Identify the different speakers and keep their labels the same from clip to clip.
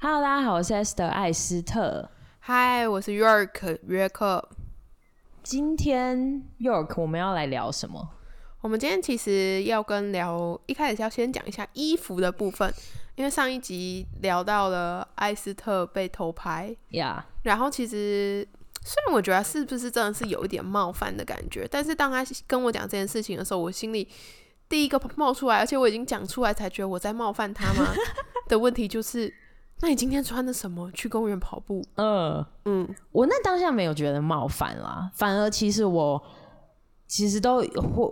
Speaker 1: Hello，大家好，我是 Esther 艾斯特。
Speaker 2: 嗨，我是 York 约克。
Speaker 1: 今天 York 我们要来聊什么？
Speaker 2: 我们今天其实要跟聊，一开始要先讲一下衣服的部分，因为上一集聊到了艾斯特被偷拍，
Speaker 1: 呀、
Speaker 2: 然后其实虽然我觉得是不是真的是有一点冒犯的感觉，但是当他跟我讲这件事情的时候，我心里第一个冒出来，而且我已经讲出来才觉得我在冒犯他吗的问题就是，那你今天穿的什么去公园跑步？
Speaker 1: 嗯，
Speaker 2: 嗯，
Speaker 1: 我那当下没有觉得冒犯啦，反而其实我其实都会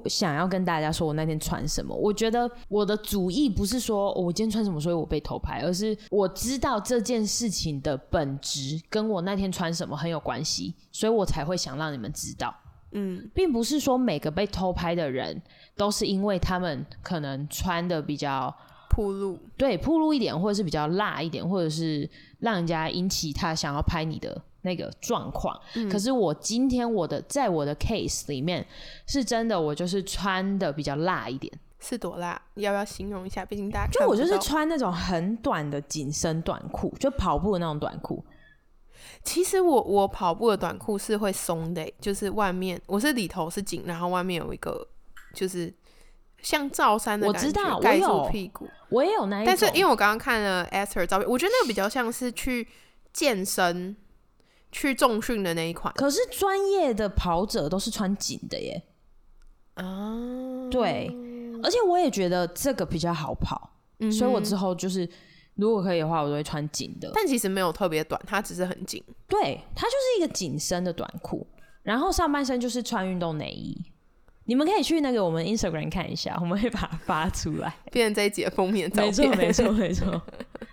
Speaker 1: 想要跟大家说我那天穿什么。我觉得我的主意不是说、哦我今天穿什么，所以我被偷拍，而是我知道这件事情的本质跟我那天穿什么很有关系，所以我才会想让你们知道。
Speaker 2: 嗯，
Speaker 1: 并不是说每个被偷拍的人都是因为他们可能穿的比较
Speaker 2: 铺路。
Speaker 1: 对铺路一点，或者是比较辣一点，或者是让人家引起他想要拍你的那个状况。可是我今天我的在我的 case 里面是真的，我就是穿的比较辣一点，
Speaker 2: 是多辣，要不要形容一下？毕竟大家
Speaker 1: 就
Speaker 2: 看
Speaker 1: 我
Speaker 2: 不
Speaker 1: 就是
Speaker 2: 到
Speaker 1: 穿那种很短的紧身短裤，就跑步的那种短裤。
Speaker 2: 其实我我跑步的短裤是会松的欸、就是外面我是里头是紧，然后外面有一个就是像罩衫的
Speaker 1: 我
Speaker 2: 感
Speaker 1: 知
Speaker 2: 觉
Speaker 1: 道我
Speaker 2: 盖住
Speaker 1: 有
Speaker 2: 屁股。
Speaker 1: 我也有那一种，
Speaker 2: 但是因为我刚刚看了 Esther 的照片，我觉得那个比较像是去健身、去重训的那一款
Speaker 1: 可是专业的跑者都是穿紧的耶。
Speaker 2: 啊。
Speaker 1: 对，而且我也觉得这个比较好跑，
Speaker 2: 嗯
Speaker 1: 所以我
Speaker 2: 哼
Speaker 1: 之后就是如果可以的话，我都会穿紧的。
Speaker 2: 但其实没有特别短，它只是很紧。
Speaker 1: 对，它就是一个紧身的短裤，然后上半身就是穿运动内衣。你们可以去那个我们 Instagram 看一下，我们会把它发出来。
Speaker 2: 变成这一集的封面 照
Speaker 1: 没错，
Speaker 2: 片，
Speaker 1: 没错， 没错，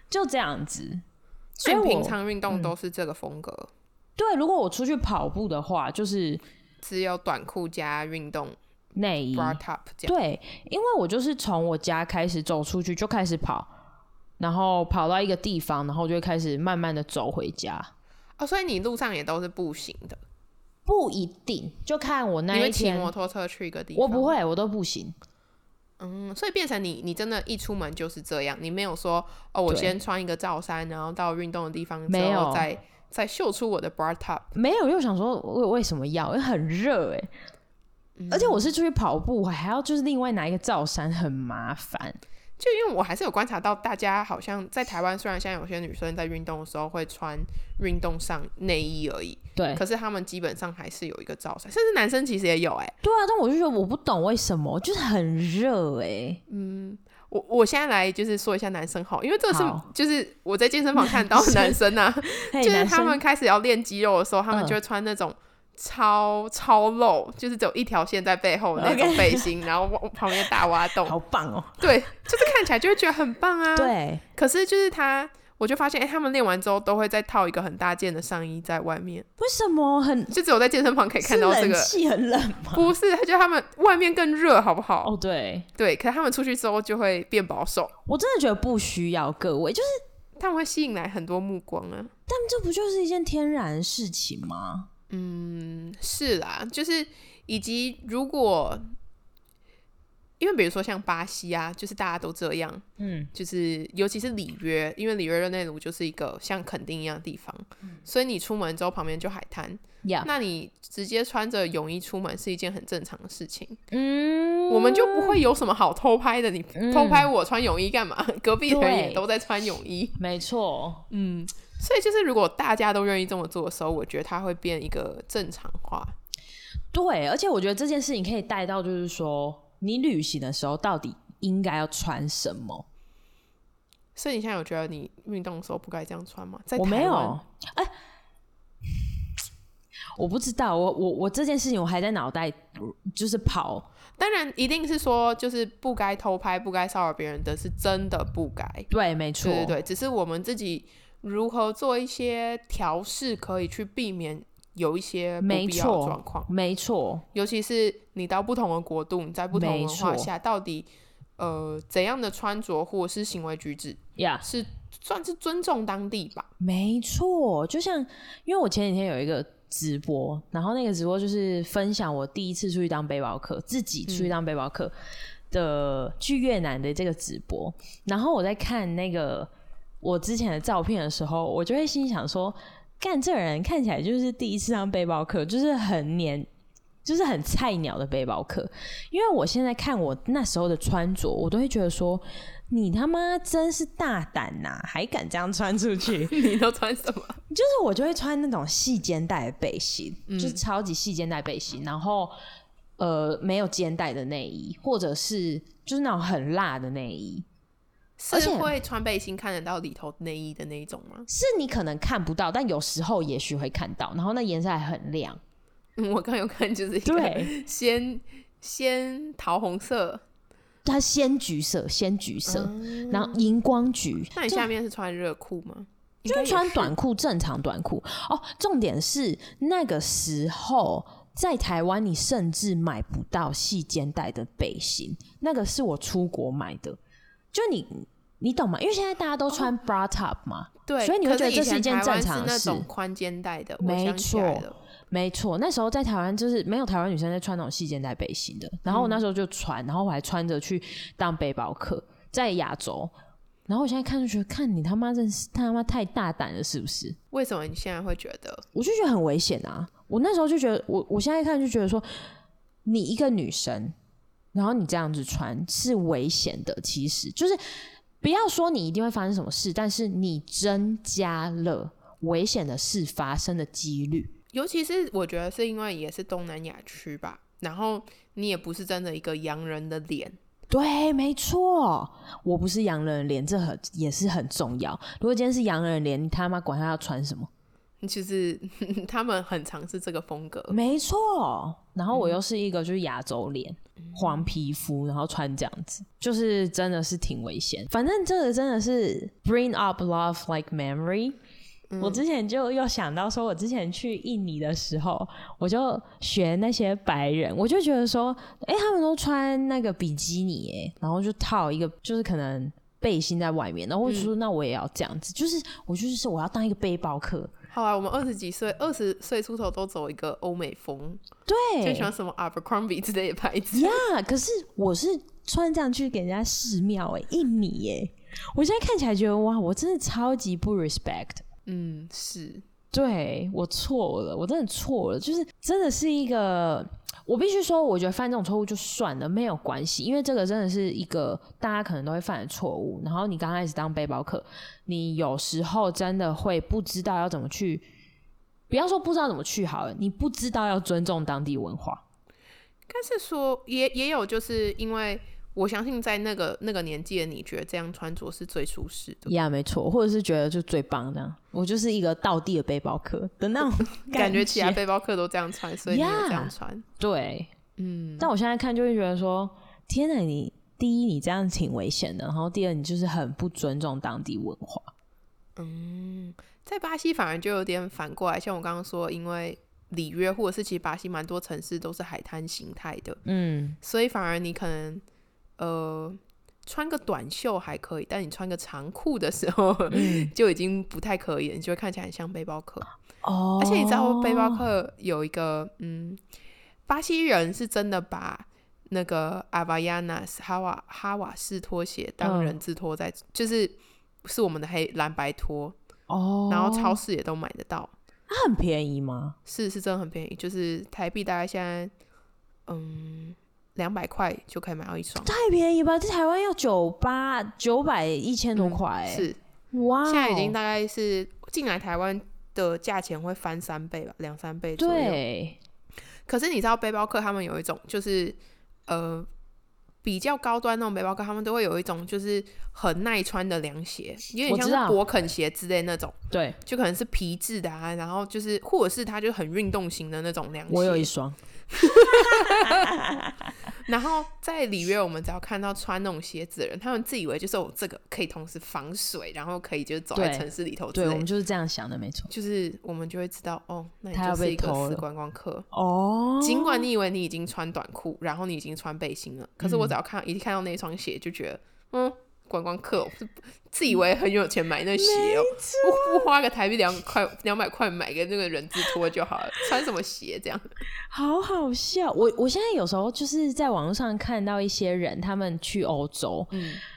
Speaker 1: 就这样子。所
Speaker 2: 那
Speaker 1: 以
Speaker 2: 你平
Speaker 1: 我嗯
Speaker 2: 常运动都是这个风格，
Speaker 1: 对，如果我出去跑步的话，就是
Speaker 2: 只有短裤加运动
Speaker 1: 内衣。
Speaker 2: bra top 这样。
Speaker 1: 对，因为我就是从我家开始走出去就开始跑，然后跑到一个地方，然后就会开始慢慢的走回家。
Speaker 2: 哦，所以你路上也都是步行的，
Speaker 1: 不一定，就看我那
Speaker 2: 你
Speaker 1: 一
Speaker 2: 会骑
Speaker 1: 天。
Speaker 2: 摩托车去一个地方？
Speaker 1: 我不。会，我都不行。
Speaker 2: 嗯，所以变成你，你真的，一出门就是这样，你没有说哦，我
Speaker 1: 对
Speaker 2: 先穿一个罩衫，然后到运动的地方之
Speaker 1: 没有
Speaker 2: 后再再秀出我的 bra top。
Speaker 1: 没有，又想说为为什么要？因为很热哎、而且我是出去跑步，我还要就是另外拿一个罩衫，很麻烦。
Speaker 2: 就因为我还是有观察到，大家好像在台湾，虽然现在有些女生在运动的时候会穿运动上内衣而已，
Speaker 1: 对
Speaker 2: 可是他们基本上还是有一个罩衫，甚至男生其实也有、欸。哎，
Speaker 1: 对啊，但我就觉得我不懂为什么，就是很热哎、
Speaker 2: 我我现在来就是说一下男生好，因为这个是
Speaker 1: 好
Speaker 2: 就是我在健身房看到的男生啊，
Speaker 1: 嘿
Speaker 2: 就是
Speaker 1: 男
Speaker 2: 他
Speaker 1: 生
Speaker 2: 们开始要练肌肉的时候，他们
Speaker 1: 嗯
Speaker 2: 就会穿那种超、超露，就是只有一条线在背后的那种
Speaker 1: OK
Speaker 2: 背心，然后往旁边大挖洞，
Speaker 1: 好棒哦、
Speaker 2: 对，就是看起来就会觉得很棒啊。，
Speaker 1: 对，
Speaker 2: 可是就是他，我就发现，哎、他们练完之后都会再套一个很大件的上衣在外面，
Speaker 1: 为什么很
Speaker 2: 就只有在健身房可以看
Speaker 1: 是
Speaker 2: 到这
Speaker 1: 冷
Speaker 2: 个。
Speaker 1: 气很冷吗？
Speaker 2: 不是，他觉得他们外面更热，好不好？
Speaker 1: 哦，对，
Speaker 2: 对，可是他们出去之后就会变保守，
Speaker 1: 我真的觉得不需要各位，就是
Speaker 2: 他们会吸引来很多目光啊。
Speaker 1: 这不就是一件天然的事情吗？
Speaker 2: 嗯，是啦，就是以及如果，因为比如说像巴西啊，就是大家都这样，
Speaker 1: 嗯，
Speaker 2: 就是尤其是里约，因为里约热内卢就是一个像垦丁一样的地方，所以你出门之后旁边就海滩，
Speaker 1: 呀、
Speaker 2: 那你直接穿着泳衣出门是一件很正常的事情，
Speaker 1: 嗯，
Speaker 2: 我们就不会有什么好偷拍的，你偷拍我穿泳衣干嘛？隔壁的人也
Speaker 1: 对
Speaker 2: 都在穿泳衣，
Speaker 1: 没错，
Speaker 2: 嗯，所以就是如果大家都愿意这么做的时候，我觉得它会变一个正常化。
Speaker 1: 对，而且我觉得这件事情可以带到，就是说你旅行的时候到底应该要穿什么？
Speaker 2: 所以你现在有觉得你运动的时候不该这样穿吗？在
Speaker 1: 我
Speaker 2: 台
Speaker 1: 没有，
Speaker 2: 湾
Speaker 1: 哎、我不知道，我我我这件事情我还在脑袋就是跑，
Speaker 2: 当然一定是说就是不该偷拍、不该骚扰别人的是真的不该，
Speaker 1: 对，没错，
Speaker 2: 对对对，只是我们自己如何做一些调试，可以去避免有一些不
Speaker 1: 没
Speaker 2: 必要的
Speaker 1: 错
Speaker 2: 状况，
Speaker 1: 没错，
Speaker 2: 尤其是你到不同的国度，你在不同
Speaker 1: 没
Speaker 2: 文化
Speaker 1: 错
Speaker 2: 下，到底呃怎样的穿着或是行为举止
Speaker 1: 呀、
Speaker 2: 是算是尊重当地 吧？
Speaker 1: 没错，就像因为我前几天有一个直播，然后那个直播就是分享我第一次出去当背包客，自己出去当背包客的、去越南的这个直播，然后我在看那个我之前的照片的时候，我就会心想说，干这人看起来就是第一次上背包客，就是很年，就是很菜鸟的背包客。因为我现在看我那时候的穿着，我都会觉得说，你他妈真是大胆呐、还敢这样穿出去。
Speaker 2: 你都穿什么？
Speaker 1: 就是哦我就会穿那种细肩带的背心，
Speaker 2: 嗯
Speaker 1: 就是超级细肩带背心，然后呃没有肩带的内衣，或者是就是那种很辣的内衣，而
Speaker 2: 是
Speaker 1: 且
Speaker 2: 会穿背心看得到里头内衣的那一种吗？
Speaker 1: 是你可能看不到，但有时候也许会看到，然后那颜色还很亮，
Speaker 2: 嗯， 我刚有看，就是一个
Speaker 1: 对，
Speaker 2: 鲜鲜桃红色，
Speaker 1: 它鲜橘色，鲜橘色，
Speaker 2: 嗯
Speaker 1: 然后荧光橘，
Speaker 2: 那你
Speaker 1: 就
Speaker 2: 下面是穿热裤吗？应
Speaker 1: 就
Speaker 2: 该
Speaker 1: 是
Speaker 2: 也
Speaker 1: 穿
Speaker 2: 是
Speaker 1: 短裤，正常短裤。哦，重点是那个时候在台湾，你甚至买不到细肩带的背心，那个是我出国买的。就你，你懂吗？因为现在大家都穿
Speaker 2: 哦
Speaker 1: bra top 嘛，
Speaker 2: 对，
Speaker 1: 所以你会
Speaker 2: 可
Speaker 1: 觉得
Speaker 2: 以
Speaker 1: 这是
Speaker 2: 前
Speaker 1: 一件
Speaker 2: 台湾
Speaker 1: 正常
Speaker 2: 是
Speaker 1: 的
Speaker 2: 那
Speaker 1: 事
Speaker 2: 种宽肩带的，我
Speaker 1: 没
Speaker 2: 想起来
Speaker 1: 错
Speaker 2: 了
Speaker 1: 没错。那时候在台湾就是没有台湾女生在穿那种细肩带背心的，然后我
Speaker 2: 嗯
Speaker 1: 那时候就穿，然后我还穿着去当背包客，在亚洲。然后我现在看就觉得，看你他妈真是他妈太大胆了，是不是？
Speaker 2: 为什么你现在会觉得？
Speaker 1: 我就觉得很危险啊！我那时候就觉得，我我现在看就觉得说，你一个女生，然后你这样子穿是危险的。其实就是不要说你一定会发生什么事，但是你增加了危险的事发生的几率。
Speaker 2: 尤其是我觉得是因为也是东南亚区吧，然后你也不是真的一个洋人的脸，
Speaker 1: 对，没错，我不是洋人脸，这很也是很重要。如果今天是洋人脸，你他妈管他要穿什么？
Speaker 2: 就是 他们很常是这个风格。
Speaker 1: 没错，然后我又是一个就是亚洲脸、黄皮肤，然后穿这样子，就是真的是挺危险。反正这个真的是 bring up love like memory。我之前就又想到说，我之前去印尼的时候，我就学那些白人，我就觉得说，哎、他们都穿那个比基尼、耶，然后就套一个，就是可能。背心在外面，然后我就说，那我也要这样子，就是我就是我要当一个背包客，
Speaker 2: 后啊来我们二十几岁、二十岁出头都走一个欧美风，
Speaker 1: 对，
Speaker 2: 就喜欢什么 Abercrombie 之类的牌子。
Speaker 1: 呀可是我是穿这样去给人家寺庙哎，印尼耶、我现在看起来觉得哇，我真的超级不 respect。
Speaker 2: 嗯，是
Speaker 1: 对我错了，我真的错了，就是真的是一个，我必须说，我觉得犯这种错误就算了，没有关系，因为这个真的是一个大家可能都会犯的错误。然后你刚开始当背包客，你有时候真的会不知道要怎么去，不要说不知道怎么去好了，你不知道要尊重当地文化。
Speaker 2: 应该是说也也有，就是因为我相信在那个那个年纪的你，觉得这样穿着是最舒适的，
Speaker 1: 呀没错，或者是觉得就最棒这样。我就是一个道地的背包客的 那种
Speaker 2: 感觉
Speaker 1: 觉
Speaker 2: 其他背包客都这样穿，所以你也这样
Speaker 1: Yeah
Speaker 2: 穿。
Speaker 1: 对，
Speaker 2: 嗯，
Speaker 1: 但我现在看就会觉得说，天哪，你第一你这样挺危险的，然后第二你就是很不尊重当地文化。
Speaker 2: 嗯，在巴西反而就有点反过来，像我刚刚说，因为里约或者是其实巴西蛮多城市都是海滩形态的，
Speaker 1: 嗯，
Speaker 2: 所以反而你可能呃穿个短袖还可以，但你穿个长裤的时候、
Speaker 1: 嗯
Speaker 2: 就已经不太可以了，你就会看起来很像背包客。
Speaker 1: 哦
Speaker 2: 而且你知道背包客有一个嗯，巴西人是真的把。那个阿瓦亚纳斯哈瓦哈瓦式拖鞋当
Speaker 1: 嗯
Speaker 2: 人字拖在，就是是我们的黑蓝白拖，
Speaker 1: 哦，
Speaker 2: 然后超市也都买得到，
Speaker 1: 它很便宜吗？
Speaker 2: 是是真的很便宜，就是台币大概现在嗯两百块就可以买到一双，
Speaker 1: 太便宜吧，在台湾要九八九百一千多
Speaker 2: 嗯
Speaker 1: 块、欸
Speaker 2: 是
Speaker 1: 哇哦，
Speaker 2: 现在已经大概是进来台湾的价钱会翻三倍吧，两三倍左右。，
Speaker 1: 对，
Speaker 2: 可是你知道背包客他们有一种就是呃。比较高端那种背包客，他们都会有一种就是很耐穿的凉鞋，有点
Speaker 1: 我
Speaker 2: 像
Speaker 1: 知道
Speaker 2: 是勃肯鞋之类那种，
Speaker 1: 对
Speaker 2: 就可能是皮质的啊，然后就是或者是它就很运动型的那种凉鞋。
Speaker 1: 我有一双，
Speaker 2: 然后在里约，我们只要看到穿那种鞋子的人，他们自以为就是我这个可以同时防水，然后可以就是走在
Speaker 1: 对
Speaker 2: 城市里头之
Speaker 1: 对我
Speaker 2: 类
Speaker 1: 们
Speaker 2: 的，
Speaker 1: 就是这样想的，没错。
Speaker 2: 就是我们就会知道哦，那你
Speaker 1: 他
Speaker 2: 就
Speaker 1: 要
Speaker 2: 是
Speaker 1: 被
Speaker 2: 一个
Speaker 1: 偷
Speaker 2: 死
Speaker 1: 了
Speaker 2: 观光客。
Speaker 1: 哦，
Speaker 2: 尽管你以为你已经穿短裤，然后你已经穿背心了，可是我只要看一看到那双鞋，就觉得嗯，观光客，我是 自以为很有钱买那鞋哦、不不花个台币两块两百块买个那个人字拖就好了，穿什么鞋这样？
Speaker 1: 好好笑！我我现在有时候就是在网络上看到一些人，他们去欧洲，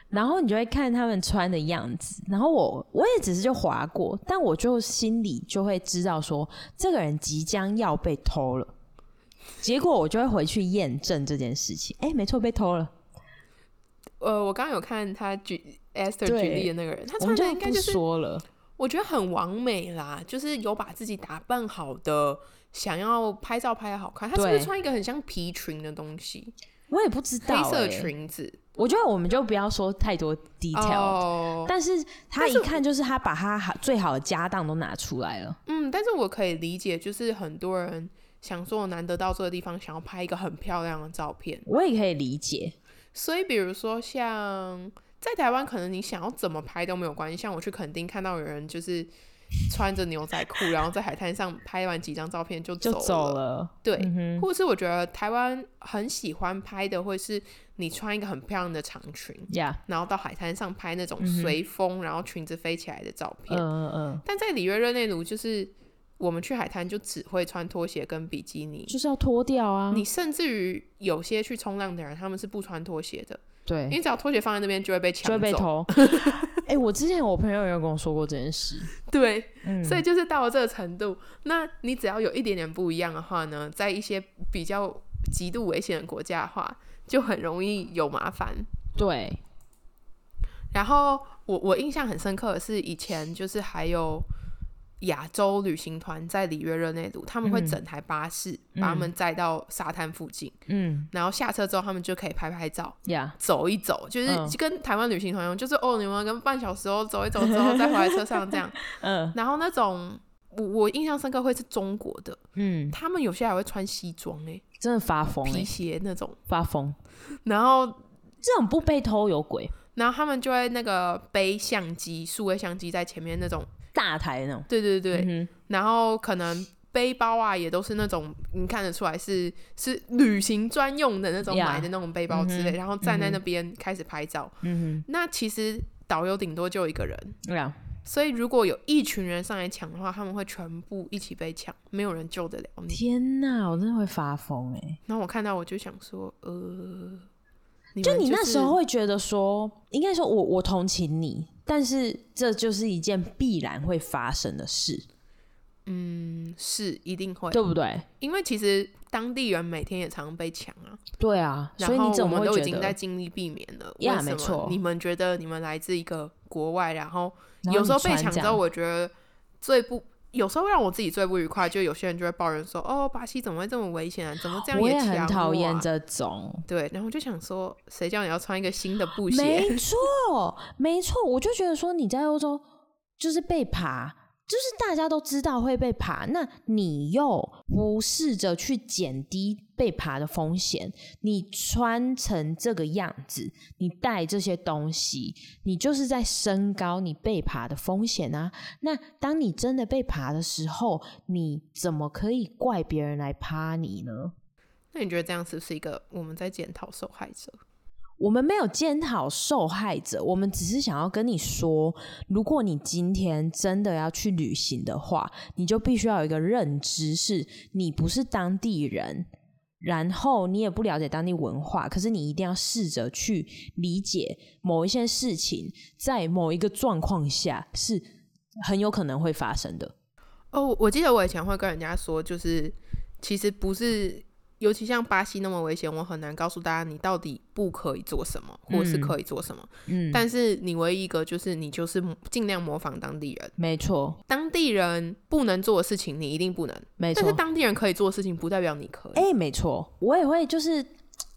Speaker 1: 然后你就会看他们穿的样子，然后我我也只是就划过，但我就心里就会知道说，这个人即将要被偷了。结果我就会回去验证这件事情。哎、没错，被偷了。
Speaker 2: 呃，我刚刚有看他举 Esther
Speaker 1: 对
Speaker 2: 举例的那个人，他
Speaker 1: 我
Speaker 2: 穿
Speaker 1: 们
Speaker 2: 的
Speaker 1: 就
Speaker 2: 应该
Speaker 1: 不
Speaker 2: 就是
Speaker 1: 说了。
Speaker 2: 我觉得很完美啦，就是有把自己打扮好的，想要拍照拍的好看。他是不是
Speaker 1: 对
Speaker 2: 穿一个很像皮裙的东西，
Speaker 1: 我也不知道、
Speaker 2: 黑
Speaker 1: 欸，
Speaker 2: 色裙子？
Speaker 1: 我觉得我们就不要说太多 detail，、
Speaker 2: 哦，
Speaker 1: 但是他一看就是他把他好最好的家当都拿出来了。
Speaker 2: 嗯，但是我可以理解，就是很多人想说我难得到这个地方，想要拍一个很漂亮的照片。
Speaker 1: 我也可以理解，
Speaker 2: 所以比如说像在台湾，可能你想要怎么拍都没有关系。像我去垦丁看到有人就是穿着牛仔裤，然后在海滩上拍完几张照片就
Speaker 1: 就
Speaker 2: 走
Speaker 1: 走了。
Speaker 2: 对，
Speaker 1: 嗯哼，
Speaker 2: 或者是我觉得台湾很喜欢拍的，会是你穿一个很漂亮的长裙，
Speaker 1: 呀，
Speaker 2: 然后到海滩上拍那种随风，然后裙子飞起来的照片。
Speaker 1: 嗯嗯嗯，
Speaker 2: 但在里约热内卢，就是我们去海滩就只会穿拖鞋跟比基尼。
Speaker 1: 就是要脱掉啊。
Speaker 2: 你甚至于有些去冲浪的人，他们是不穿拖鞋的，因
Speaker 1: 对，
Speaker 2: 为只要拖鞋放在那边就会被抢
Speaker 1: 就会被
Speaker 2: 走。
Speaker 1: 偷。 哎、我之前我朋友有跟我说过这件事。
Speaker 2: 对，
Speaker 1: 嗯，
Speaker 2: 所以就是到了这个程度，那你只要有一点点不一样的话呢，在一些比较极度危险的国家的话，就很容易有麻烦。
Speaker 1: 对，
Speaker 2: 然后我我印象很深刻的是，以前就是还有亚洲旅行团在里约热内卢，他们会
Speaker 1: 嗯
Speaker 2: 整台巴士把他们载到沙滩附近，
Speaker 1: 嗯
Speaker 2: 然后下车之后他们就可以拍拍照。
Speaker 1: 呀
Speaker 2: 走一走，就是
Speaker 1: 嗯
Speaker 2: 就跟台湾旅行团一样，就是哦，你们跟半小时后走一走之后再回来车 上这样。
Speaker 1: 嗯
Speaker 2: 然后那种我我印象深刻会是中国的，
Speaker 1: 嗯，
Speaker 2: 他们有些还会穿西装哎、
Speaker 1: 真的发疯、
Speaker 2: 皮
Speaker 1: 欸，
Speaker 2: 鞋那种，
Speaker 1: 发疯。
Speaker 2: 然后
Speaker 1: 这种不被偷有鬼，
Speaker 2: 然后他们就会那个背相机，数位相机在前面那种，
Speaker 1: 大台那种。
Speaker 2: 对对对，
Speaker 1: 嗯
Speaker 2: 然后可能背包啊也都是那种你看得出来是是旅行专用的那种
Speaker 1: Yeah
Speaker 2: 买的那种背包之类，然后站在那边开始拍照。
Speaker 1: 哼嗯
Speaker 2: 那其实导游顶多就一个人，
Speaker 1: 哼，呀、
Speaker 2: 所以如果有一群人上来抢的话，他们会全部一起被抢，没有人救得了你。
Speaker 1: 天哪，我真的会发疯哎、
Speaker 2: 然后我看到我就想说，呃，你们
Speaker 1: 就你那
Speaker 2: 是
Speaker 1: 时候会觉得说，应该说我我同情你，但是这就是一件必然会发生的事，
Speaker 2: 嗯是一定会，
Speaker 1: 对不对？
Speaker 2: 因为其实当地人每天也常被抢啊。
Speaker 1: 对啊，所以
Speaker 2: 然后
Speaker 1: 你怎
Speaker 2: 我
Speaker 1: 么
Speaker 2: 们都
Speaker 1: 会
Speaker 2: 已
Speaker 1: 觉
Speaker 2: 经在
Speaker 1: 得？
Speaker 2: 尽力避免了？
Speaker 1: 呀
Speaker 2: 为什
Speaker 1: 没错
Speaker 2: 么你们觉得你们来自一个国外，然后
Speaker 1: 然后
Speaker 2: 有
Speaker 1: 你
Speaker 2: 时候被
Speaker 1: 穿
Speaker 2: 抢
Speaker 1: 这
Speaker 2: 之
Speaker 1: 样
Speaker 2: 后，我觉得最不。有时候让我自己最不愉快，就有些人就会抱怨说：“哦，巴西怎么会这么危险啊？怎么这样
Speaker 1: 我也
Speaker 2: 也抢
Speaker 1: 很讨厌
Speaker 2: 啊
Speaker 1: 这种。
Speaker 2: 对，然后我就想说，谁叫你要穿一个新的布鞋？
Speaker 1: 没错，没错，我就觉得说你在欧洲就是被爬，就是大家都知道会被爬，那你又不试着去减低被爬的风险，你穿成这个样子，你带这些东西，你就是在升高你被爬的风险啊。那当你真的被爬的时候，你怎么可以怪别人来趴你呢？
Speaker 2: 那你觉得这样是不是一个我们在检讨受害者？
Speaker 1: 我们没有检讨受害者，我们只是想要跟你说，如果你今天真的要去旅行的话，你就必须要有一个认知，是你不是当地人，然后你也不了解当地文化，可是你一定要试着去理解某一些事情，在某一个状况下是很有可能会发生的。
Speaker 2: 哦，我记得我以前会跟人家说，就是其实不是，尤其像巴西那么危险，我很难告诉大家你到底不可以做什么，或是
Speaker 1: 嗯
Speaker 2: 可以做什么。
Speaker 1: 嗯，
Speaker 2: 但是你唯一一个就是你就是模尽量模仿当地人，
Speaker 1: 没错，
Speaker 2: 当地人不能做的事情你一定不能，
Speaker 1: 没
Speaker 2: 但
Speaker 1: 错
Speaker 2: 是。当地人可以做的事情不代表你可以。
Speaker 1: 哎、没错，我也会就是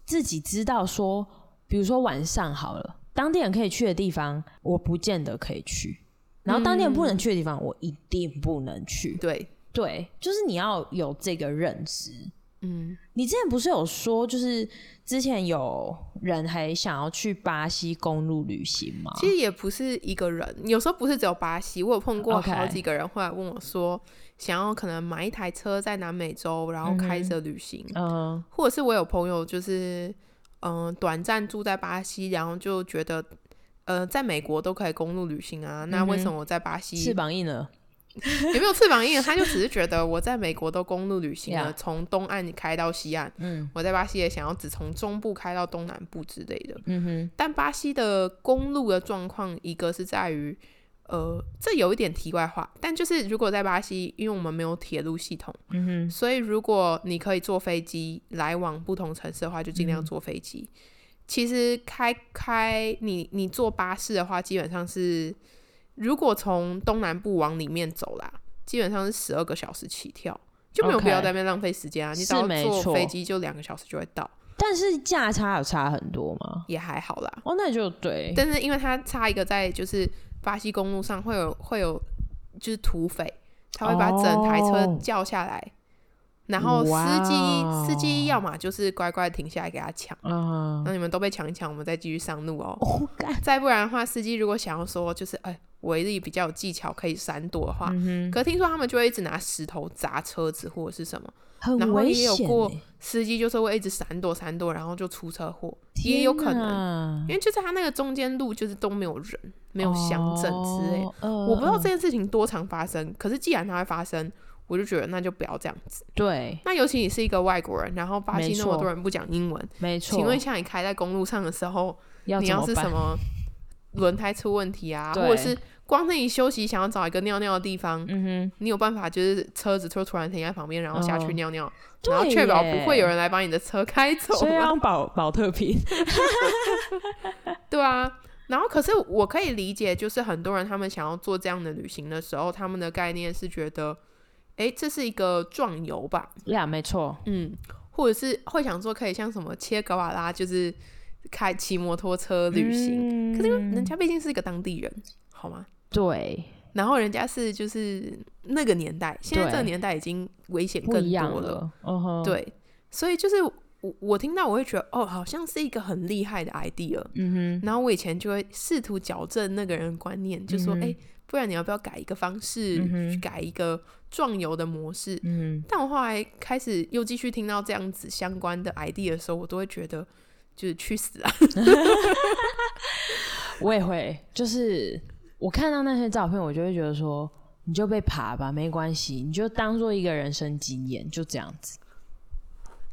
Speaker 1: 自己知道说，比如说晚上好了，当地人可以去的地方，我不见得可以去。然后当地人不能去的地方，我一定不能去。
Speaker 2: 对，
Speaker 1: 对，就是你要有这个认知。
Speaker 2: 嗯，
Speaker 1: 你之前不是有说，就是之前有人还想要去巴西公路旅行吗？
Speaker 2: 其实也不是一个人，有时候不是只有巴西，我有碰过
Speaker 1: OK
Speaker 2: 好几个人会来问我说，想要可能买一台车在南美洲，然后开着旅行，
Speaker 1: 嗯
Speaker 2: 或呃者是我有朋友就是嗯、短暂住在巴西，然后就觉得呃，在美国都可以公路旅行啊，那为什么我在巴西
Speaker 1: 翅膀硬了，
Speaker 2: 也没有翅膀硬？他就只是觉得我在美国都公路旅行了，
Speaker 1: Yeah
Speaker 2: 从东岸开到西岸，
Speaker 1: 嗯
Speaker 2: 我在巴西也想要只从中部开到东南部之类的。
Speaker 1: 嗯哼，
Speaker 2: 但巴西的公路的状况，一个是在于，呃，这有一点题外话，但就是如果在巴西，因为我们没有铁路系统，
Speaker 1: 嗯哼，
Speaker 2: 所以如果你可以坐飞机来往不同城市的话，就
Speaker 1: 嗯
Speaker 2: 尽量坐飞机。其实开开你你坐巴士的话，基本上是如果从东南部往里面走啦，基本上是十二个小时起跳，就没有
Speaker 1: OK
Speaker 2: 必要在那边浪费时间啊。你只
Speaker 1: 是没
Speaker 2: 要坐
Speaker 1: 错
Speaker 2: 飞机就两个小时就会到，
Speaker 1: 但是价差有差很多吗？
Speaker 2: 也还好啦。
Speaker 1: 哦，那就对，
Speaker 2: 但是因为它差一个在就是巴西公路上会有会有就是土匪，他会把整台车
Speaker 1: 哦
Speaker 2: 叫下来，然后司机
Speaker 1: 哇哦
Speaker 2: 司机要么就是乖乖停下来给他抢，
Speaker 1: 啊，
Speaker 2: 那你们都被抢一抢，我们再继续上路哦。
Speaker 1: 哦，干，
Speaker 2: 再不然的话，司机如果想要说就是哎，我力比较有技巧可以闪躲的话，
Speaker 1: 嗯
Speaker 2: 可听说他们就会一直拿石头砸车子或者是什么，
Speaker 1: 哼，
Speaker 2: 然
Speaker 1: 很
Speaker 2: 后
Speaker 1: 危
Speaker 2: 也有
Speaker 1: 险
Speaker 2: 过
Speaker 1: 欸，
Speaker 2: 司机就是会一直闪躲闪躲，然后就出车祸，也有可能。
Speaker 1: 能
Speaker 2: 因为就在他那个中间路，就是都没有人，没有乡镇之类的。
Speaker 1: 哦呃
Speaker 2: 我不知道这件事情多常发生，可是既然它会发生，我就觉得那就不要这样子。
Speaker 1: 对，
Speaker 2: 那尤其你是一个外国人，然后巴西
Speaker 1: 没
Speaker 2: 那
Speaker 1: 错
Speaker 2: 么多人不讲英文，
Speaker 1: 没错。
Speaker 2: 请问一下，你开在公路上的时候，
Speaker 1: 要
Speaker 2: 你
Speaker 1: 怎
Speaker 2: 要
Speaker 1: 么
Speaker 2: 是什
Speaker 1: 办？
Speaker 2: 么轮胎出问题啊，
Speaker 1: 对
Speaker 2: 或者是光是你休息想要找一个尿尿的地方，
Speaker 1: 嗯
Speaker 2: 你有办法就是车子就突然停在旁边，然后下去
Speaker 1: 嗯
Speaker 2: 尿尿，
Speaker 1: 对
Speaker 2: 然后确保
Speaker 1: 耶啊
Speaker 2: 不会有人来把你的车开走
Speaker 1: 哼，所以
Speaker 2: 吗
Speaker 1: 要保保特 瓶。
Speaker 2: 对啊，然后可是我可以理解，就是很多人他们想要做这样的旅行的时候，他们的概念是觉得，诶，这是一个壮游吧，
Speaker 1: 呀，没错，
Speaker 2: 嗯，或者是会想说可以像什么切格瓦拉，就是开骑摩托车
Speaker 1: 嗯
Speaker 2: 旅行。可是因为人家毕竟是一个当地人，好吗？
Speaker 1: 对，
Speaker 2: 然后人家是就是那个年代，现在这个
Speaker 1: 对
Speaker 2: 年代已经危险
Speaker 1: 不
Speaker 2: 更
Speaker 1: 一样
Speaker 2: 多了，，
Speaker 1: 嗯哼，，
Speaker 2: 对，所以就是我我听到我会觉得，哦，好像是一个很厉害的 idea，
Speaker 1: 嗯
Speaker 2: 然后我以前就会试图矫正那个人的观念，就说：“
Speaker 1: 嗯
Speaker 2: 哎、
Speaker 1: 哼
Speaker 2: 不然你要不要改一个方式，
Speaker 1: 嗯哼
Speaker 2: 改一个壮游的模式
Speaker 1: 哼，？”嗯
Speaker 2: 但我后来开始又继续听到这样子相关的 idea 的时候，我都会觉得就是去死啊！
Speaker 1: 哼，我也会，就是我看到那些照片，我就会觉得说，你就被爬吧，没关系，你就当做一个人生经验，就这样子。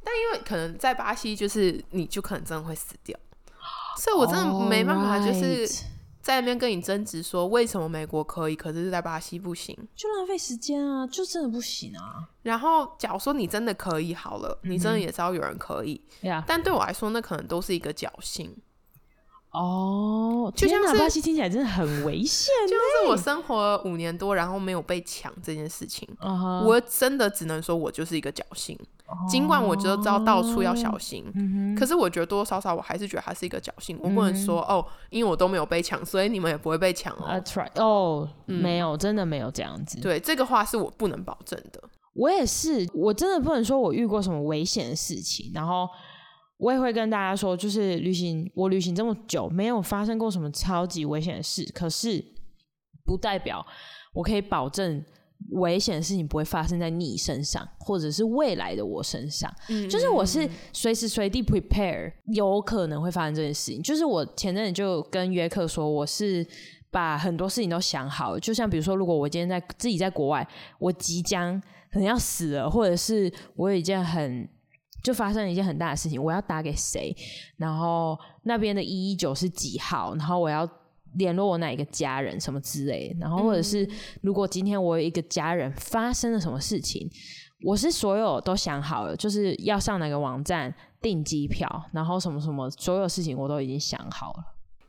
Speaker 2: 因为可能在巴西，就是你就可能真的会死掉，哦所以我真的没办法，就是
Speaker 1: Alright，
Speaker 2: 在那边跟你争执说为什么美国可以，可是在巴西不行。
Speaker 1: 就浪费时间啊，就真的不行啊。
Speaker 2: 然后，假如说你真的可以好了，你真的也知道有人可以，
Speaker 1: 呀，
Speaker 2: 但对我来说，那可能都是一个侥幸。
Speaker 1: 哦，
Speaker 2: 就
Speaker 1: 天
Speaker 2: 像
Speaker 1: 哪
Speaker 2: 是
Speaker 1: 巴西听起来真的很危险
Speaker 2: 就像是我生活了五年多，然后没有被抢这件事情，
Speaker 1: 啊哈。
Speaker 2: 我真的只能说我就是一个侥幸。尽管我就知道到处要小心，可是我觉得多多少少我还是觉得它是一个侥幸。我不能说、哦，因为我都没有被抢，所以你们也不会被抢哦。
Speaker 1: 啊，try 哦，没有，真的没有这样子。
Speaker 2: 嗯对，这个话是我不能保证的。
Speaker 1: 我也是，我真的不能说我遇过什么危险的事情，然后我也会跟大家说，就是旅行，我旅行这么久，没有发生过什么超级危险的事，可是不代表我可以保证危险的事情不会发生在你身上，或者是未来的我身上。
Speaker 2: 嗯，
Speaker 1: 就是我是随时随地 prepare 有可能会发生这件事情。就是我前阵子就跟约克说，我是把很多事情都想好，就像比如说，如果我今天在自己在国外，我即将可能要死了，或者是我有一件很。就发生了一件很大的事情，我要打给谁，然后那边的一一九是几号，然后我要联络我哪一个家人什么之类的，然后或者是如果今天我有一个家人发生了什么事情，我是所有都想好了，就是要上哪个网站订机票，然后什么什么，所有事情我都已经想好了。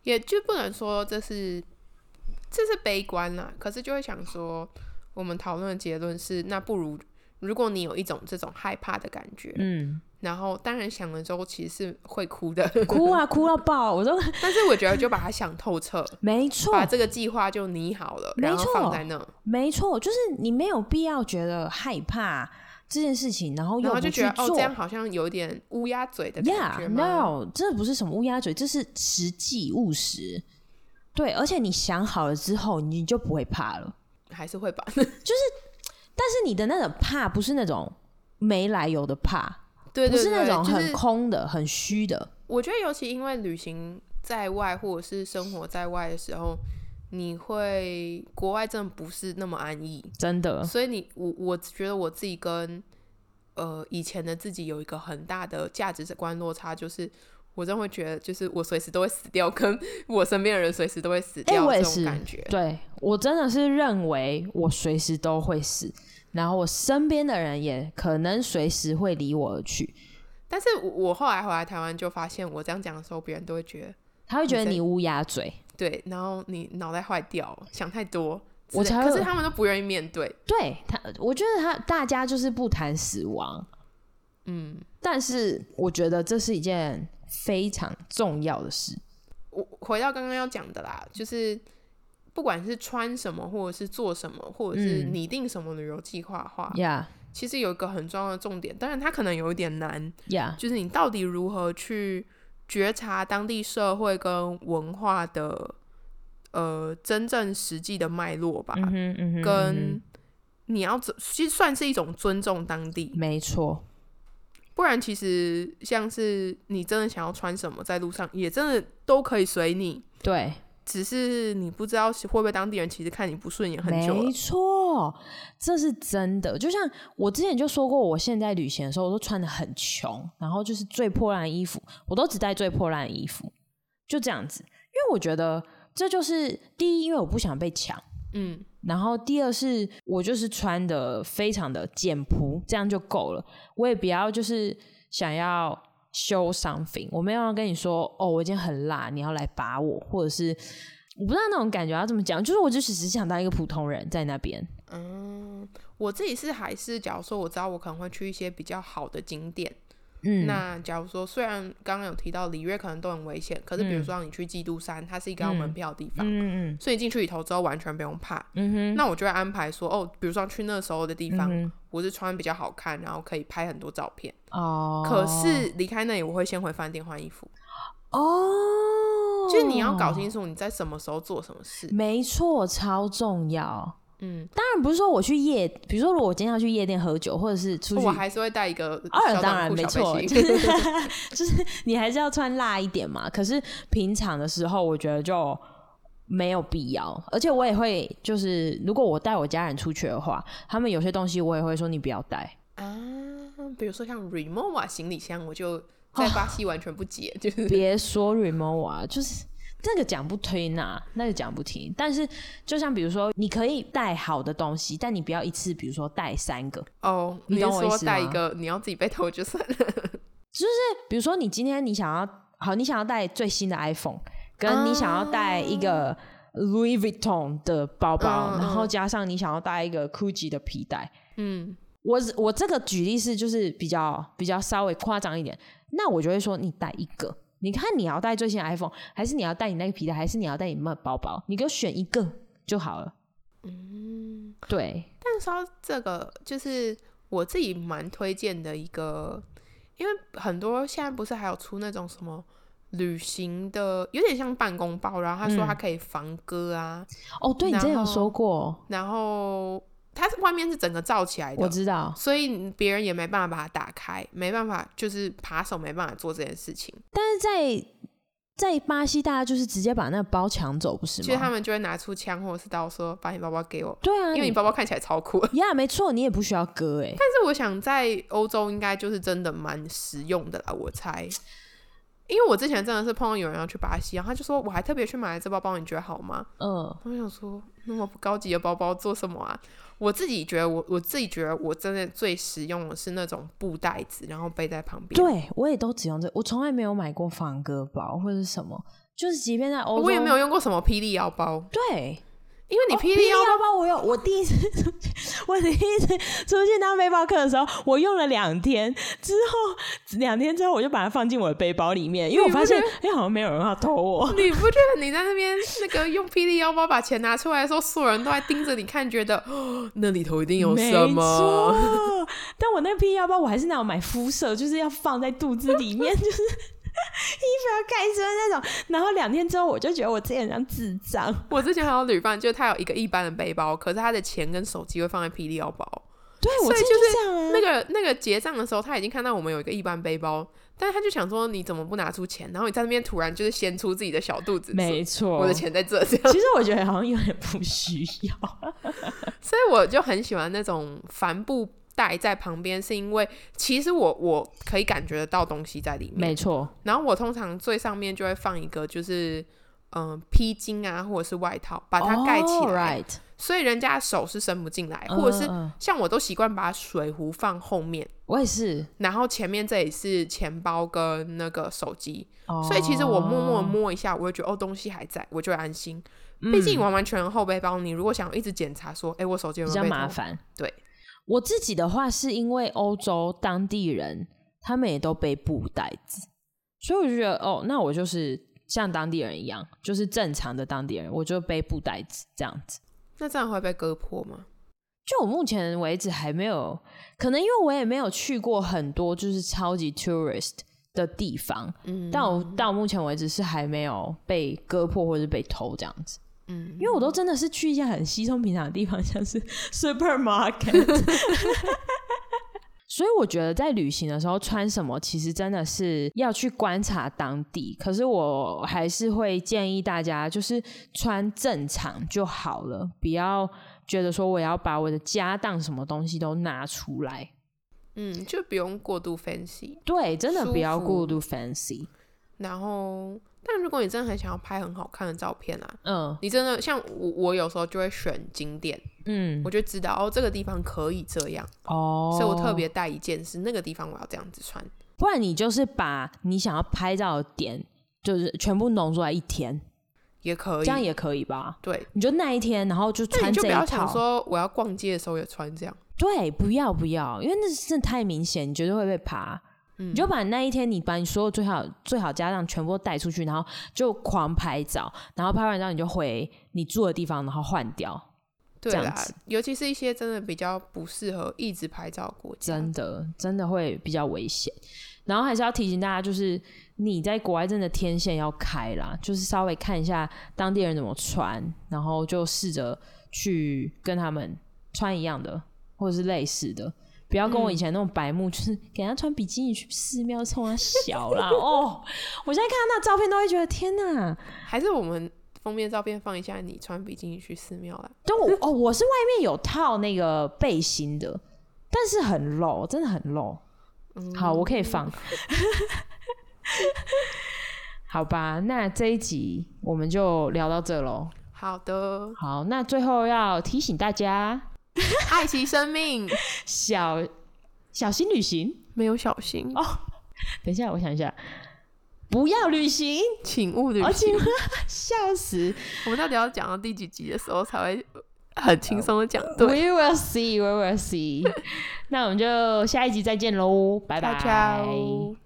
Speaker 2: 也就不能说这是这是悲观啦，可是就会想说，我们讨论的结论是，那不如如果你有一种这种害怕的感觉，
Speaker 1: 嗯，
Speaker 2: 然后当然想了之后其实是会哭的，
Speaker 1: 哭啊哭到爆，我都
Speaker 2: 但是我觉得就把它想透彻，
Speaker 1: 没错，
Speaker 2: 把这个计划就拟好了，
Speaker 1: 没
Speaker 2: 然后放
Speaker 1: 错
Speaker 2: 在那，
Speaker 1: 没错，就是你没有必要觉得害怕这件事情，然后
Speaker 2: 然
Speaker 1: 又
Speaker 2: 后
Speaker 1: 不
Speaker 2: 就
Speaker 1: 去
Speaker 2: 觉得哦，
Speaker 1: 做
Speaker 2: 这样好像有点乌鸦嘴的感觉
Speaker 1: Yeah,
Speaker 2: 吗
Speaker 1: no，这不是什么乌鸦嘴，这是实际务实。对，而且你想好了之后，你就不会怕了。
Speaker 2: 还是会吧，
Speaker 1: 但是你的那种怕，不是那种没来由的怕，
Speaker 2: 对
Speaker 1: 不
Speaker 2: 对对，
Speaker 1: 是那种
Speaker 2: 就
Speaker 1: 很
Speaker 2: 是
Speaker 1: 空的、很虚的。
Speaker 2: 我觉得尤其因为旅行在外或者是生活在外的时候，你会国外真的不是那么安逸，
Speaker 1: 真的，
Speaker 2: 所以你我我觉得我自己跟呃以前的自己有一个很大的价值观落差，就是我真的会觉得，就是我随时都会死掉，跟 我身边的人随时都会死掉、
Speaker 1: 我也
Speaker 2: 这种
Speaker 1: 是
Speaker 2: 感觉。
Speaker 1: 对我真的是认为我随时都会死，然后我身边的人也可能随时会离我而去，
Speaker 2: 但是我我后来回来台湾就发现，我这样讲的时候，别人都会觉得
Speaker 1: 他会觉得
Speaker 2: 你在
Speaker 1: 你乌鸦嘴。
Speaker 2: 对，然后你脑袋坏掉，想太多之类。
Speaker 1: 我才
Speaker 2: 可
Speaker 1: 会
Speaker 2: 是他们都不愿意面对。
Speaker 1: 对他，我觉得他大家就是不谈死亡，
Speaker 2: 嗯，
Speaker 1: 但是我觉得这是一件非常重要的事。
Speaker 2: 我回到刚刚要讲的啦，就是不管是穿什么，或者是做什么，或者是
Speaker 1: 嗯
Speaker 2: 拟定什么旅游计划的话，
Speaker 1: 呀
Speaker 2: 其实有一个很重要的重点，当然它可能有一点难，
Speaker 1: 呀，
Speaker 2: 就是你到底如何去觉察当地社会跟文化的呃真正实际的脉络吧，
Speaker 1: 嗯哼嗯哼，嗯
Speaker 2: 跟你要怎，其实算是一种尊重当地
Speaker 1: 哼，没错，
Speaker 2: 不然其实像是你真的想要穿什么，在路上也真的都可以随你，
Speaker 1: 对，
Speaker 2: 只是你不知道是会不会当地人其实看你不顺眼很久
Speaker 1: 没
Speaker 2: 了。
Speaker 1: 错，这是真的。就像我之前就说过，我现在旅行的时候，我都穿的很穷，然后就是最破烂的衣服，我都只带最破烂的衣服，就这样子。因为我觉得这就是第一，因为我不想被抢。
Speaker 2: 嗯，
Speaker 1: 然后第二是我就是穿的非常的简朴，这样就够了。我也不要就是想要 show something，我没有要跟你说哦，我今天很辣，你要来把我，或者是我不知道那种感觉要怎么讲，就是我就只是想当一个普通人在那边。
Speaker 2: 我自己是还是，假如说我知道我可能会去一些比较好的景点，
Speaker 1: 嗯，
Speaker 2: 那假如说虽然刚刚有提到里约可能都很危险，可是比如说让你去基督山，它是一个要门票的地方，
Speaker 1: 嗯嗯嗯
Speaker 2: 所以你进去里头之后完全不用怕。
Speaker 1: 嗯哼，
Speaker 2: 那我就会安排说，哦，比如说去那时候的地方，
Speaker 1: 嗯
Speaker 2: 我是穿比较好看，然后可以拍很多照片。
Speaker 1: 哦，
Speaker 2: 可是离开那里，我会先回饭店换衣服。
Speaker 1: 哦，
Speaker 2: 就是你要搞清楚你在什么时候做什么事。
Speaker 1: 没错，超重要。
Speaker 2: 嗯，
Speaker 1: 当然不是说我去夜，比如说如果我今天要去夜店喝酒，或者是出去
Speaker 2: 我还是会带一个
Speaker 1: 二当
Speaker 2: 小短
Speaker 1: 然
Speaker 2: 裤、
Speaker 1: 没
Speaker 2: 小
Speaker 1: 错，
Speaker 2: 背
Speaker 1: 就
Speaker 2: 心。
Speaker 1: 是 就是你还是要穿辣一点嘛。可是平常的时候，我觉得就没有必要。而且我也会就是，如果我带我家人出去的话，他们有些东西我也会说你不要带。
Speaker 2: 啊，比如说像 Remova 行李箱，我
Speaker 1: 哦
Speaker 2: 就在巴西完全不 解，就是
Speaker 1: 别说 remote 啊，就是。那个讲不听呐、那个讲不听。但是，就像比如说，你可以带好的东西，但你不要一次，比如说带三个。
Speaker 2: 哦，
Speaker 1: 你
Speaker 2: 你是
Speaker 1: 懂我意
Speaker 2: 说
Speaker 1: 思吗
Speaker 2: 带一个你要自己被偷就算了。
Speaker 1: 比如说，你今天你想要好，你想要带最新的 iPhone，跟你想要带一个 Louis Vuitton 的包包，
Speaker 2: 啊嗯嗯
Speaker 1: 然后加上你想要带一个 Gucci 的皮带。
Speaker 2: 嗯，
Speaker 1: 我我这个举例是就是比较比较稍微夸张一点，那我就会说你带一个。你看你要带最新的 iPhone，还是你要带你那个皮带，还是你要带你那包包？你给我选一个就好了。嗯，对，
Speaker 2: 但是说这个就是我自己蛮推荐的一个，因为很多现在不是还有出那种什么。旅行的有点像办公包，然后他说
Speaker 1: 嗯
Speaker 2: 他可以防割啊，
Speaker 1: 哦，对你之前有
Speaker 2: 然后
Speaker 1: 说过，
Speaker 2: 然后它是外面是整个罩起来的，
Speaker 1: 我知道。
Speaker 2: 所以别人也没办法把它打开，没办法，就是扒手没办法做这件事情，
Speaker 1: 但是在在巴西，大家就是直接把那个包抢走，不是吗？
Speaker 2: 就是他们就会拿出枪或者是刀说：“把你包包给我。”
Speaker 1: 对啊，
Speaker 2: 因为你包包看起来超酷，
Speaker 1: 呀没错，你也不需要割哎、
Speaker 2: 但是我想在欧洲应该就是真的蛮实用的啦，我猜。因为我之前真的是碰到有人要去巴西，然后他就说我还特别去买了这包包，你觉得好吗？
Speaker 1: 嗯，
Speaker 2: 我想说那么不高级的包包做什么啊？我自己觉得我我自己觉得我真的最实用的是那种布袋子，然后背在旁边。
Speaker 1: 对我也都只用这，我从来没有买过仿割包或者是什么，就是即便在欧洲，
Speaker 2: 我也没有用过什么霹雳腰包，
Speaker 1: 对。
Speaker 2: 因为你
Speaker 1: 哦
Speaker 2: 霹
Speaker 1: 雳
Speaker 2: 雳腰包，
Speaker 1: 包我有，我第一次我第一次出去当背包客的时候，我用了两天，之后两天之后我就把它放进我的背包里面，因为我
Speaker 2: 你不
Speaker 1: 发现
Speaker 2: 觉
Speaker 1: 哎、好像没有人要偷我。
Speaker 2: 你不觉得你在那边那个用霹雳腰包把钱拿出来的时候，所有人都在盯着你看，觉得哦那里头一定有
Speaker 1: 没
Speaker 2: 什么？
Speaker 1: 错？但我那个霹雳腰包，我还是那种买肤色，就是要放在肚子里面， 就是衣服要盖身那种。然后两天之后，我就觉得我自己很像智障。
Speaker 2: 我之前还有旅伴，就是他有一个一般的背包，可是他的钱跟手机会放在霹雳腰包。
Speaker 1: 对，我
Speaker 2: 所以
Speaker 1: 自己
Speaker 2: 就是
Speaker 1: 这样啊。
Speaker 2: 那个那个结账的时候，他已经看到我们有一个一般背包，但是他就想说你怎么不拿出钱，然后你在那边突然就是掀出自己的小肚子，说
Speaker 1: 没错，
Speaker 2: 我的。钱在 这这样，
Speaker 1: 其实我觉得好像有点不需要，
Speaker 2: 所以我就很喜欢那种帆布袋在旁边，是因为其实我我可以感觉得到东西在里面
Speaker 1: 没，错，
Speaker 2: 然后我通常最上面就会放一个就是。嗯，披巾啊，或者是外套，把它盖起来
Speaker 1: All 哦 right，
Speaker 2: 所以人家手是伸不进来，
Speaker 1: 嗯
Speaker 2: 或者是
Speaker 1: 嗯嗯
Speaker 2: 像我都习惯把水壶放后面，
Speaker 1: 我也是，
Speaker 2: 然后前面这里是钱包跟那个手机，
Speaker 1: 哦
Speaker 2: 所以其实我默默摸一下，我会觉得哦东西还在，我就会安心。
Speaker 1: 嗯
Speaker 2: 毕竟完完全全后背包，你如果想要一直检查说，哎、我手机有
Speaker 1: 比
Speaker 2: 没
Speaker 1: 较
Speaker 2: 有被
Speaker 1: 麻
Speaker 2: 偷？
Speaker 1: 烦。
Speaker 2: 对，
Speaker 1: 我自己的话是因为欧洲当地人他们也都背布袋子，所以我就觉得哦，那我就是像当地人一样，就是正常的当地人，我就背布袋子这样子。
Speaker 2: 那这样会被割破吗？
Speaker 1: 就我目前为止还没有，可能因为我也没有去过很多就是超级 tourist 的地方，
Speaker 2: 嗯，
Speaker 1: 但我到目前为止是还没有被割破或者被偷这样子。
Speaker 2: 嗯，
Speaker 1: 因为我都真的是去一些很稀松平常的地方， 像 是 supermarket。所以我觉得在旅行的时候穿什么，其实真的是要去观察当地。可是我还是会建议大家，就是穿正常就好了，不要觉得说我要把我的家当什么东西都拿出来。
Speaker 2: 嗯，就不用过度分析。
Speaker 1: 对，真的
Speaker 2: 舒
Speaker 1: 不要
Speaker 2: 服
Speaker 1: 过度 fancy。
Speaker 2: 然后，但如果你真的很想要拍很好看的照片啊，
Speaker 1: 嗯
Speaker 2: 你真的像我，我有时候就会选景点，
Speaker 1: 嗯
Speaker 2: 我就知道哦这个地方可以这样，
Speaker 1: 哦，
Speaker 2: 所以我特别带一件是那个地方我要这样子穿。
Speaker 1: 不然你就是把你想要拍照的点，就是全部浓缩在一天，
Speaker 2: 也可以，
Speaker 1: 这样也可以吧？
Speaker 2: 对。
Speaker 1: 你就那一天，然后就
Speaker 2: 那
Speaker 1: 穿
Speaker 2: 你就
Speaker 1: 这
Speaker 2: 不
Speaker 1: 一
Speaker 2: 要
Speaker 1: 套。
Speaker 2: 想说我要逛街的时候也穿这样，
Speaker 1: 对，不要不要，因为那真的太明显，你绝对会被爬。
Speaker 2: 嗯
Speaker 1: 你就把那一天你把你所有最好最好家当全部都带出去，然后就狂拍照，然后拍完照你就回你住的地方，然后换掉。
Speaker 2: 对
Speaker 1: 这样
Speaker 2: 啦
Speaker 1: 子，
Speaker 2: 尤其是一些真的比较不适合一直拍照的国家，
Speaker 1: 真的真的会比较危险。然后还是要提醒大家，就是你在国外真的天线要开啦，就是稍微看一下当地人怎么穿，然后就试着去跟他们穿一样的或者是类似的，不要跟我以前那种白目，就是给人家穿比基尼去寺庙冲他小啦哦！我现在看到那照片都会觉得天哪！
Speaker 2: 还是我们封面照片放一下你穿比基尼去寺庙啦。
Speaker 1: 但我哦，我是外面有套那个背心的，但是很露，真的很露。
Speaker 2: 嗯，
Speaker 1: 好，我可以放。好吧，那这一集我们就聊到这喽。
Speaker 2: 好的，
Speaker 1: 好，那最后要提醒大家，
Speaker 2: 爱惜生命，
Speaker 1: 小小心旅行。
Speaker 2: 没有小心，
Speaker 1: 哦等一下，我想一下，不要旅行，
Speaker 2: 请勿旅
Speaker 1: 而且
Speaker 2: 行。
Speaker 1: 笑死。
Speaker 2: 我们到底要讲到第几集的时候才会很轻松的讲对？
Speaker 1: We will see, we will see。那我们就下一集再见喽，拜拜。
Speaker 2: 悄悄